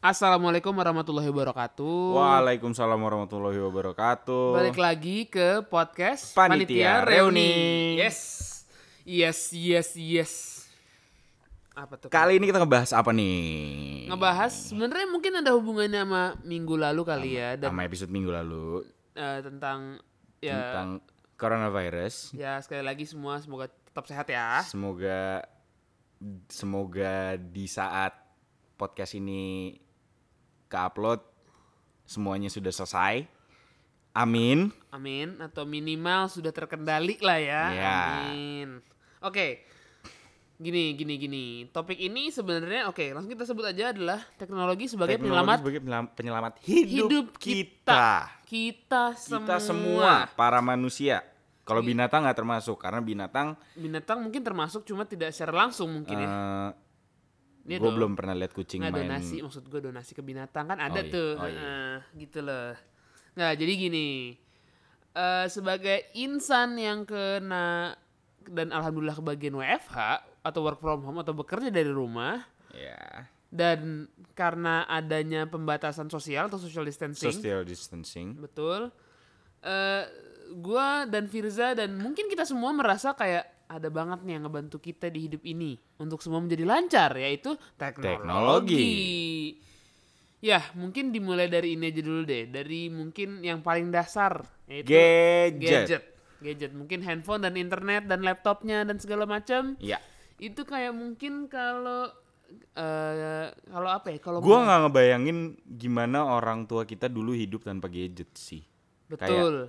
Assalamualaikum warahmatullahi wabarakatuh. Waalaikumsalam warahmatullahi wabarakatuh. Balik lagi ke podcast Panitia Reuni. Yes. Yes, yes, yes. Apa tuh? Kali ini kita ngebahas apa nih? ngebahas sebenarnya mungkin ada hubungannya sama minggu lalu kali ya dan sama episode minggu lalu eh, tentang ya tentang coronavirus. ya sekali lagi semua semoga tetap sehat ya. Semoga semoga di saat podcast ini ke-upload semuanya sudah selesai. Amin. Amin atau minimal sudah terkendali lah ya. Ya. Amin. Oke. Gini, gini, gini. Topik ini sebenarnya oke, langsung kita sebut aja adalah teknologi sebagai Teknologi penyelamat sebagai penyelam- penyelamat hidup, hidup kita. kita. Kita semua. Iya. Kita semua para manusia. Kalau binatang nggak termasuk karena binatang Binatang mungkin termasuk cuma tidak secara langsung mungkin ya. eh, Ini gue dong. belum pernah lihat kucing Nggak main donasi, maksud gue donasi ke binatang kan ada Oh iya, tuh. oh iya. Heeh, gitu loh. Nah, jadi gini. Eh, sebagai insan yang kena dan alhamdulillah kebagian WFH atau work from home atau bekerja dari rumah ya dan karena adanya pembatasan sosial atau social distancing social distancing Betul. Eh gua dan Firza dan mungkin kita semua merasa kayak ada banget nih yang ngebantu kita di hidup ini untuk semua menjadi lancar yaitu teknologi. Teknologi. Ya, mungkin dimulai dari ini aja dulu deh, dari mungkin yang paling dasar yaitu gadget. gadget. Gadget, mungkin handphone dan internet dan laptopnya dan segala macam. ya Itu kayak mungkin kalau eh kalau apa ya? Kalau gue nggak ngebayangin gimana orang tua kita dulu hidup tanpa gadget sih betul.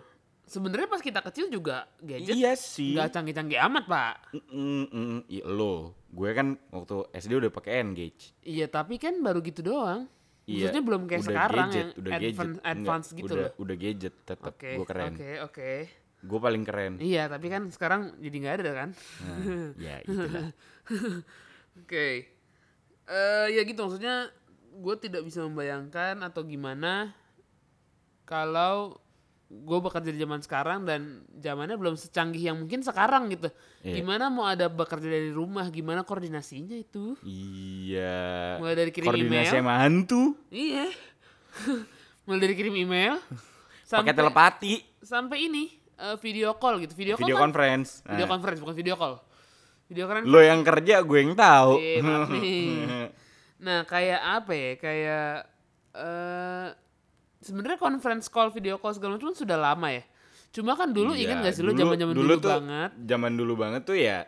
Sebenarnya pas kita kecil juga gadget iya sih Nggak canggih-canggih amat, Pak. Mm, mm, iya, lo gue kan waktu SD udah pakai engage Iya, tapi kan baru gitu doang. Iya, Maksudnya belum kayak udah sekarang gadget, yang advance, Enggak, advance gitu udah, loh. udah gadget tetap Oke, gue keren oke, oke. gue paling keren Iya, tapi kan sekarang jadi nggak ada kan? nah, ya itulah Oke. Eh, ya gitu maksudnya gue tidak bisa membayangkan atau gimana kalau gue bekerja di zaman sekarang dan zamannya belum secanggih yang mungkin sekarang gitu. Iya. Gimana mau ada bekerja dari rumah, gimana koordinasinya itu? iya Mulai dari kirim email. koordinasi sama hantu Iya. Mulai dari kirim email pakai sampai telepati sampai ini eh, video call gitu. Video call video kan conference video Nah, conference bukan video call. Video call lo yang kerja gue yang tahu Eh, maaf nih. Nah, kayak apa ya? Kayak eh sebenarnya conference call, video call segala macam sudah lama ya. Cuma kan dulu Iya, ingat gak sih lu zaman-zaman dulu, tuh- banget. Zaman dulu banget tuh ya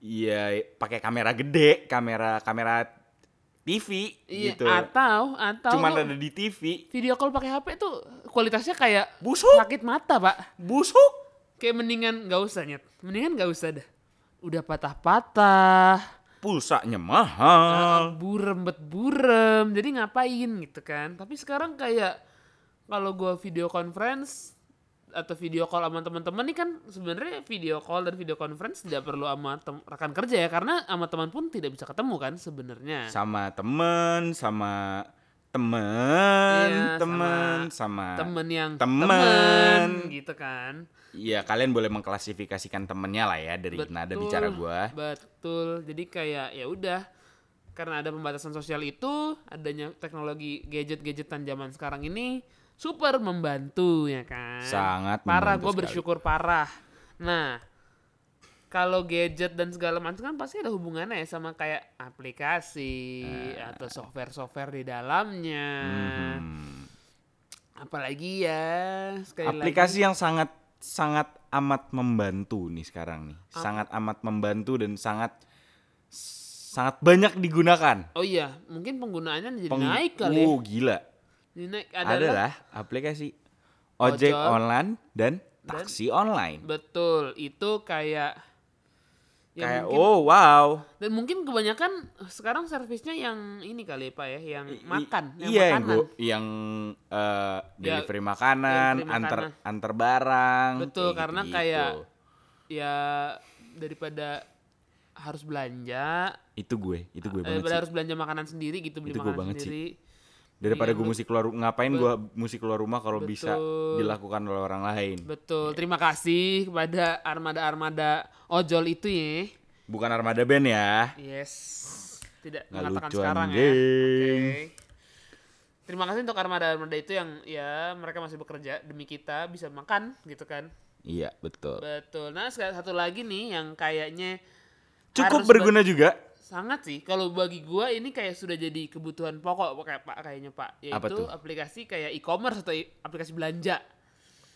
Iya pakai kamera gede, kamera kamera TV Iya, gitu. atau atau Cuman lu ada di TV. video call pakai HP tuh kualitasnya kayak Busuk, sakit mata, Pak. busuk. Kayak mendingan nggak usah nyet. Mendingan nggak usah dah. Udah patah-patah. Pulsanya Nah, mahal. burem bet burem jadi ngapain gitu kan tapi sekarang kayak kalau gua video conference atau video call sama teman-teman nih kan sebenarnya video call dan video conference tidak perlu sama tem- rekan kerja ya karena sama teman pun tidak bisa ketemu kan sebenarnya Sama temen, sama temen, Iya, temen, sama, temen yang temen. temen gitu kan Iya kalian boleh mengklasifikasikan temennya lah ya dari nada bicara gua. Betul. Jadi kayak ya udah karena ada pembatasan sosial itu, adanya teknologi gadget-gadgetan zaman sekarang ini super membantu ya kan. Sangat parah membantu gue sekali. bersyukur parah. Nah, kalau gadget dan segala macam kan pasti ada hubungannya ya sama kayak aplikasi Eh. atau software-software di dalamnya. Hmm. Apalagi ya sekali lagi aplikasi yang sangat sangat amat membantu nih sekarang nih sangat amat membantu dan sangat sangat banyak digunakan Oh iya, mungkin penggunaannya jadi Peng- naik kali. ya. Oh, gila Jadi naik adalah, adalah aplikasi ojek Ojol. online dan taksi online Betul, itu kayak ya kayak mungkin- oh wow dan mungkin kebanyakan sekarang servisnya yang ini kali ya, Pak ya, yang I- makan, yang iya yang makanan. gua- yang eh, Ya, delivery makanan delivery antar makanan. antar barang Betul, kayak karena gitu-gitu. kayak ya daripada harus belanja, eh, itu gue itu gue banget daripada sih. harus belanja makanan sendiri gitu beli Itu gua makanan banget sih. sendiri. Iya, daripada gue bet- mesti keluar ngapain bet- gue mesti keluar rumah kalau bisa Betul. dilakukan oleh orang lain Betul. Iya. Terima kasih kepada armada-armada ojol itu ya. bukan armada band ya Yes. Tidak Nggak mengatakan lucu, sekarang ya. anjing. Oke. terima kasih untuk armada armada itu yang ya mereka masih bekerja demi kita bisa makan gitu kan Iya, betul. betul nah sekal- satu lagi nih yang kayaknya Cukup harus berguna juga. sangat sih kalau bagi gua ini kayak sudah jadi kebutuhan pokok kayak pak kayaknya pak yaitu Apa tuh? aplikasi kayak e-commerce atau i- aplikasi belanja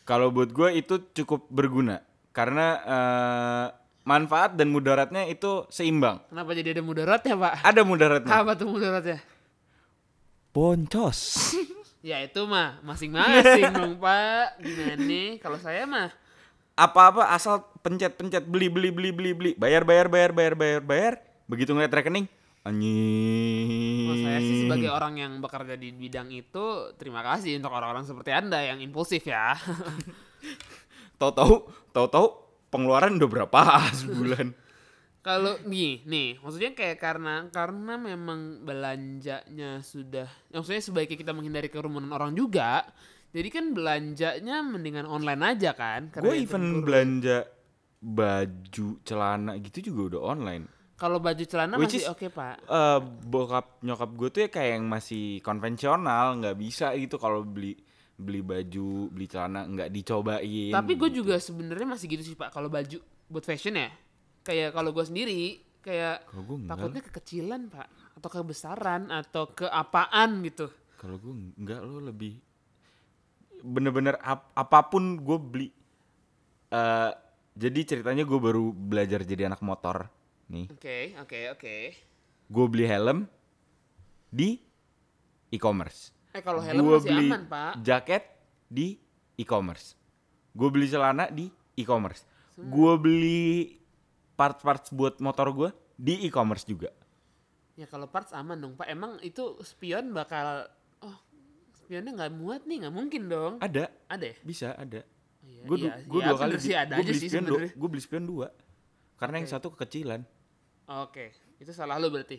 Kalau buat gue itu cukup berguna karena eh, manfaat dan mudaratnya itu seimbang. kenapa jadi ada mudaratnya pak Ada mudaratnya. apa tuh mudaratnya Boncos. ya itu mah masing-masing dong pak gimana nih kalau saya mah Apa-apa asal pencet-pencet beli beli beli beli beli. Bayar bayar bayar bayar bayar bayar. Begitu ngeliat rekening, anjing. Kalau saya sih sebagai Hmm. orang yang bekerja di bidang itu, terima kasih untuk orang-orang seperti Anda yang impulsif ya. Tahu-tahu, tahu-tahu pengeluaran udah berapa sebulan. Kalau nih, nih, maksudnya kayak karena karena memang belanjanya sudah, ya maksudnya sebaiknya kita menghindari kerumunan orang juga. Jadi kan belanjanya mendingan online aja kan. karena gue itu even dikurung. belanja baju, celana gitu juga udah online. kalau baju celana Which masih is- oke pak. eh bokap nyokap gue tuh ya kayak yang masih konvensional nggak bisa gitu kalau beli beli baju beli celana nggak dicobain Tapi gue juga sebenarnya masih gitu sih pak. Kalau baju buat fashion ya, kayak kalau gue sendiri kayak Kalau gua enggak. takutnya kekecilan pak, atau kebesaran atau keapaan gitu. kalau gue nggak lo lebih bener-bener ap- apapun gue beli Eh jadi ceritanya gue baru belajar jadi anak motor nih Oke, oke, oke. gue beli helm di e-commerce Eh kalau helm gue masih beli aman, Pak. jaket di e-commerce gue beli celana di e-commerce gue beli parts-parts buat motor gue di e-commerce juga Ya kalau parts aman dong, Pak. Emang itu spion bakal oh, spionnya nggak muat nih, nggak mungkin dong. ada Ada ya? bisa ada Iya, gue iya, gue iya, dua kali bener sih ada gue aja beli sih spion dua sebenarnya. gue beli spion dua karena yang Oke. satu kekecilan Oke, itu salah lo berarti.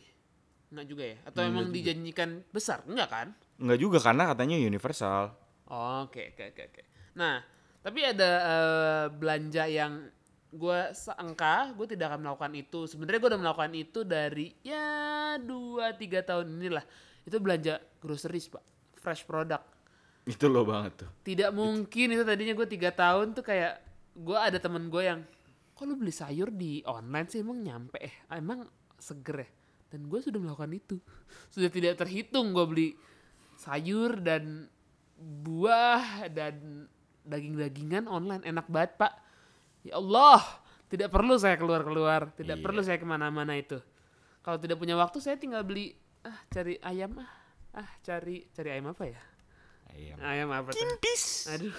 Enggak juga ya? Atau Iya, emang dijanjikan besar? Enggak kan? nggak juga karena katanya universal Oke, oke, oke, oke. Nah, tapi ada eh, belanja yang gue seangka, gue tidak akan melakukan itu. Sebenarnya gue udah melakukan itu dari ya dua tiga tahun inilah. Itu belanja groceries pak, fresh product. itu lo banget tuh Tidak mungkin itu tadinya gue tiga tahun tuh kayak gue ada temen gue yang kok lu beli sayur di online sih emang nyampe eh emang seger ya dan gue sudah melakukan itu sudah tidak terhitung gue beli sayur dan buah dan daging-dagingan online enak banget pak ya Allah tidak perlu saya keluar-keluar tidak Iya. perlu saya kemana-mana itu kalau tidak punya waktu saya tinggal beli ah cari ayam ah ah cari cari ayam apa ya ayam ayam apa tuh Kintis. Aduh,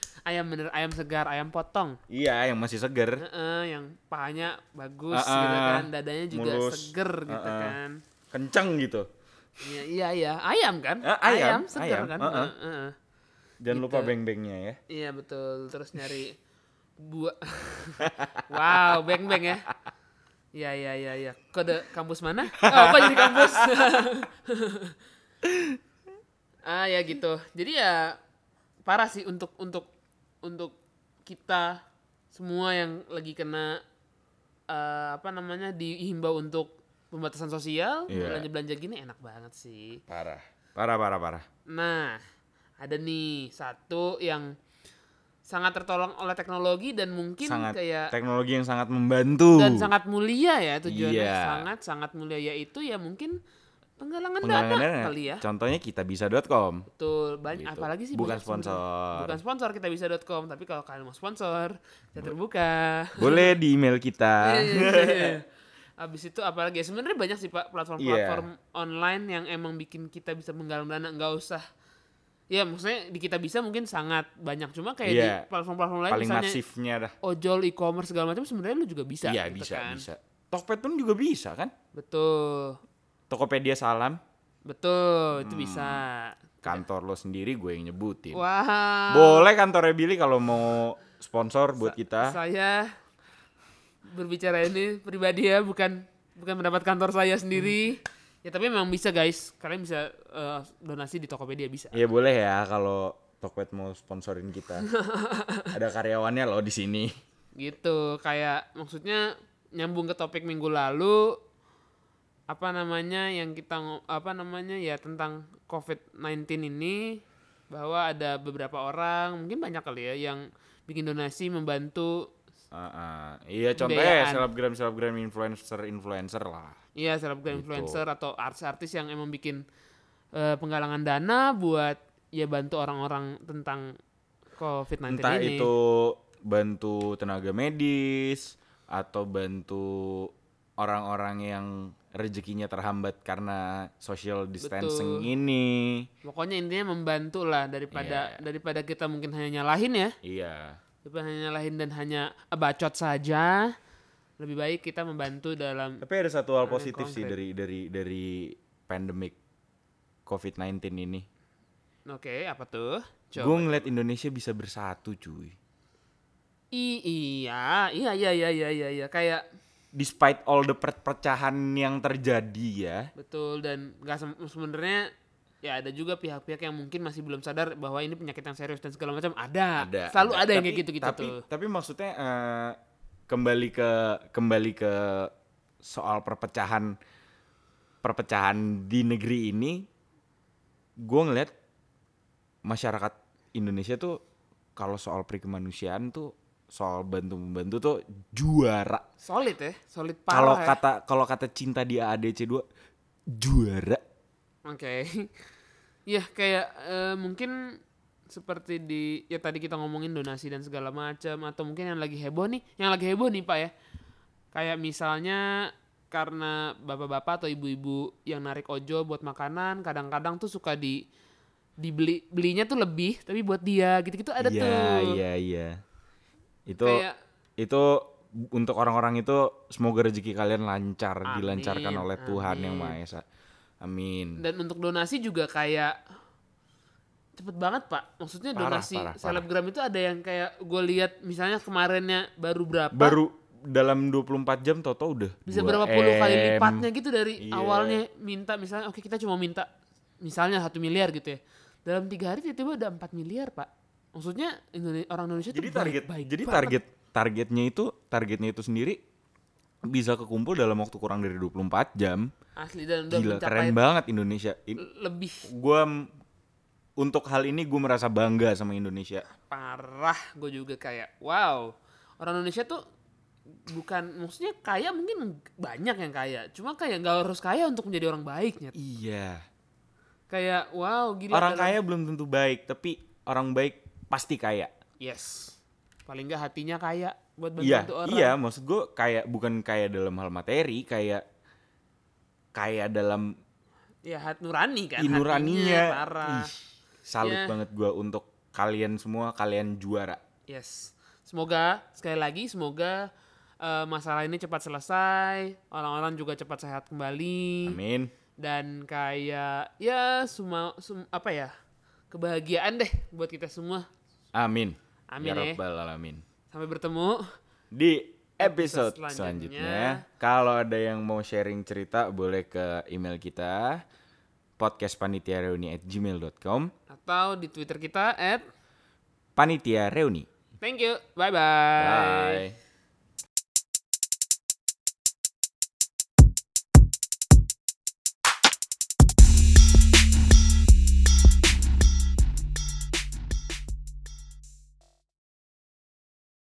ayam bener, ayam segar, ayam potong. iya yang masih seger Heeh, yang pahanya bagus Ah, gitu ah, kan, dadanya juga mulus. seger gitu Ah, ah. kan. kencang gitu Iya, iya, iya, ayam kan? Ah, ayam, seger ayam, kan? ah, ah. Heeh, heeh. Gitu. jangan lupa beng-bengnya ya Iya, betul. Terus nyari buah. wow, beng-beng ya. Iya, iya, iya, iya. Kode kampus mana? Oh, kok jadi kampus? ah, ya gitu. Jadi ya parah sih untuk untuk untuk kita semua yang lagi kena eh, apa namanya dihimbau untuk pembatasan sosial, Iya. belanja-belanja gini enak banget sih. parah parah parah parah Nah, ada nih satu yang sangat tertolong oleh teknologi dan mungkin sangat kayak teknologi yang sangat membantu dan sangat mulia ya tujuannya Iya. sangat sangat mulia yaitu ya mungkin penggalangan, penggalangan dana, dana. kali ya. Contohnya kita bisa.com. Betul, banyak Gitu. apalagi sih Bukan banyak sebenarnya. sponsor. Bukan sponsor kita bisa.com, tapi kalau kalian mau sponsor, saya terbuka. Boleh di email kita. Iya, iya. Abis itu apalagi ya sebenarnya banyak sih pak platform-platform Iya. online yang emang bikin kita bisa menggalang dana nggak usah ya maksudnya di kita bisa mungkin sangat banyak cuma kayak Iya. di platform-platform lain Paling misalnya masifnya dah. ojol e-commerce segala macam sebenarnya lu juga bisa Iya, gitu bisa, kan. bisa. Tokped pun juga bisa kan? betul Tokopedia salam, betul Hmm. itu bisa kantor lo sendiri gue yang nyebutin. wah Boleh kantornya Billy kalau mau sponsor buat kita. saya berbicara ini pribadi ya bukan bukan pendapat kantor saya sendiri Hmm. ya tapi memang bisa guys kalian bisa eh, donasi di Tokopedia bisa Ya boleh ya kalau Tokped mau sponsorin kita. Ada karyawannya loh di sini. gitu kayak maksudnya nyambung ke topik minggu lalu apa namanya yang kita ngo- apa namanya ya tentang COVID-19 ini bahwa ada beberapa orang mungkin banyak kali ya yang bikin donasi membantu Ah, ah. Iya contohnya Pembiayaan. selebgram selebgram influencer influencer lah. ya selebgram Gitu. influencer atau artis-artis yang emang bikin eh, penggalangan dana buat ya bantu orang-orang tentang COVID-19 Entah ini. itu bantu tenaga medis atau bantu orang-orang yang rezekinya terhambat karena social distancing ini. Pokoknya intinya membantu lah daripada daripada kita mungkin hanya nyalahin ya. Iya. Daripada hanya nyalahin dan hanya bacot saja. Lebih baik kita membantu dalam Tapi ada satu Ada hal yang positif sih konkret. dari dari dari pandemic COVID-19 ini. Oke, apa tuh? Coba. Gue ngeliat Indonesia bisa bersatu cuy. I- iya, iya, iya, iya, iya, iya, iya. Kayak Despite all the perpecahan yang terjadi ya. betul dan nggak sem- sebenarnya ya ada juga pihak-pihak yang mungkin masih belum sadar bahwa ini penyakit yang serius dan segala macam ada. ada Selalu ada, yang Tapi- kayak gitu-gitu tapi, tuh. tapi maksudnya eh, kembali ke kembali ke soal perpecahan perpecahan di negeri ini gue ngeliat masyarakat Indonesia tuh kalau soal perikemanusiaan tuh soal bantu membantu tuh juara Solid ya, solid parah. kalau ya. kata kalau kata cinta di AADC 2 juara Oke. ya kayak eh, mungkin seperti di ya tadi kita ngomongin donasi dan segala macam atau mungkin yang lagi heboh nih, yang lagi heboh nih Pak ya. Kayak misalnya karena bapak-bapak atau ibu-ibu yang narik ojol buat makanan kadang-kadang tuh suka di dibeli belinya tuh lebih tapi buat dia gitu-gitu ada iya tuh. iya iya itu Kayak itu untuk orang-orang itu semoga rezeki kalian lancar Amin, dilancarkan oleh Tuhan yang amin. Maha Esa. Amin. dan untuk donasi juga kayak cepet banget pak maksudnya Parah, donasi parah, parah. selebgram itu ada yang kayak gue lihat misalnya kemarinnya baru berapa Baru dalam 24 jam Toto udah bisa 2M. berapa puluh kali lipatnya gitu dari Iya. awalnya minta misalnya oke kita cuma minta misalnya satu miliar gitu ya dalam tiga hari tiba-tiba udah 4 miliar pak maksudnya Indone- orang Indonesia Jadi tuh target baik-baik jadi banget. target targetnya itu targetnya itu sendiri bisa kekumpul dalam waktu kurang dari 24 jam. asli dan udah Gila mencapai keren banget Indonesia. In- lebih gua m- untuk hal ini gue merasa bangga sama Indonesia. parah gue juga kayak wow orang Indonesia tuh bukan maksudnya kaya mungkin banyak yang kaya cuma kayak nggak harus kaya untuk menjadi orang baiknya Iya. kayak wow gila Orang dalam- kaya belum tentu baik, tapi orang baik pasti kaya. yes paling nggak hatinya kaya buat bantu Iya, orang iya, maksud gue kayak bukan kayak dalam hal materi, kayak kayak dalam ya hat nurani kan inuraninya. hatinya parah Ih, salut Ya. banget gue untuk kalian semua, kalian juara. yes semoga sekali lagi semoga eh, masalah ini cepat selesai orang-orang juga cepat sehat kembali Amin. dan kayak ya semua sem- apa ya kebahagiaan deh buat kita semua Amin. Amin Ya ya. Rabbal alamin. sampai bertemu Di Episode episode selanjutnya. selanjutnya, kalau ada yang mau sharing cerita boleh ke email kita podcastpanitiareuni@gmail.com. atau di twitter kita at Panitia Reuni. thank you bye bye Bye.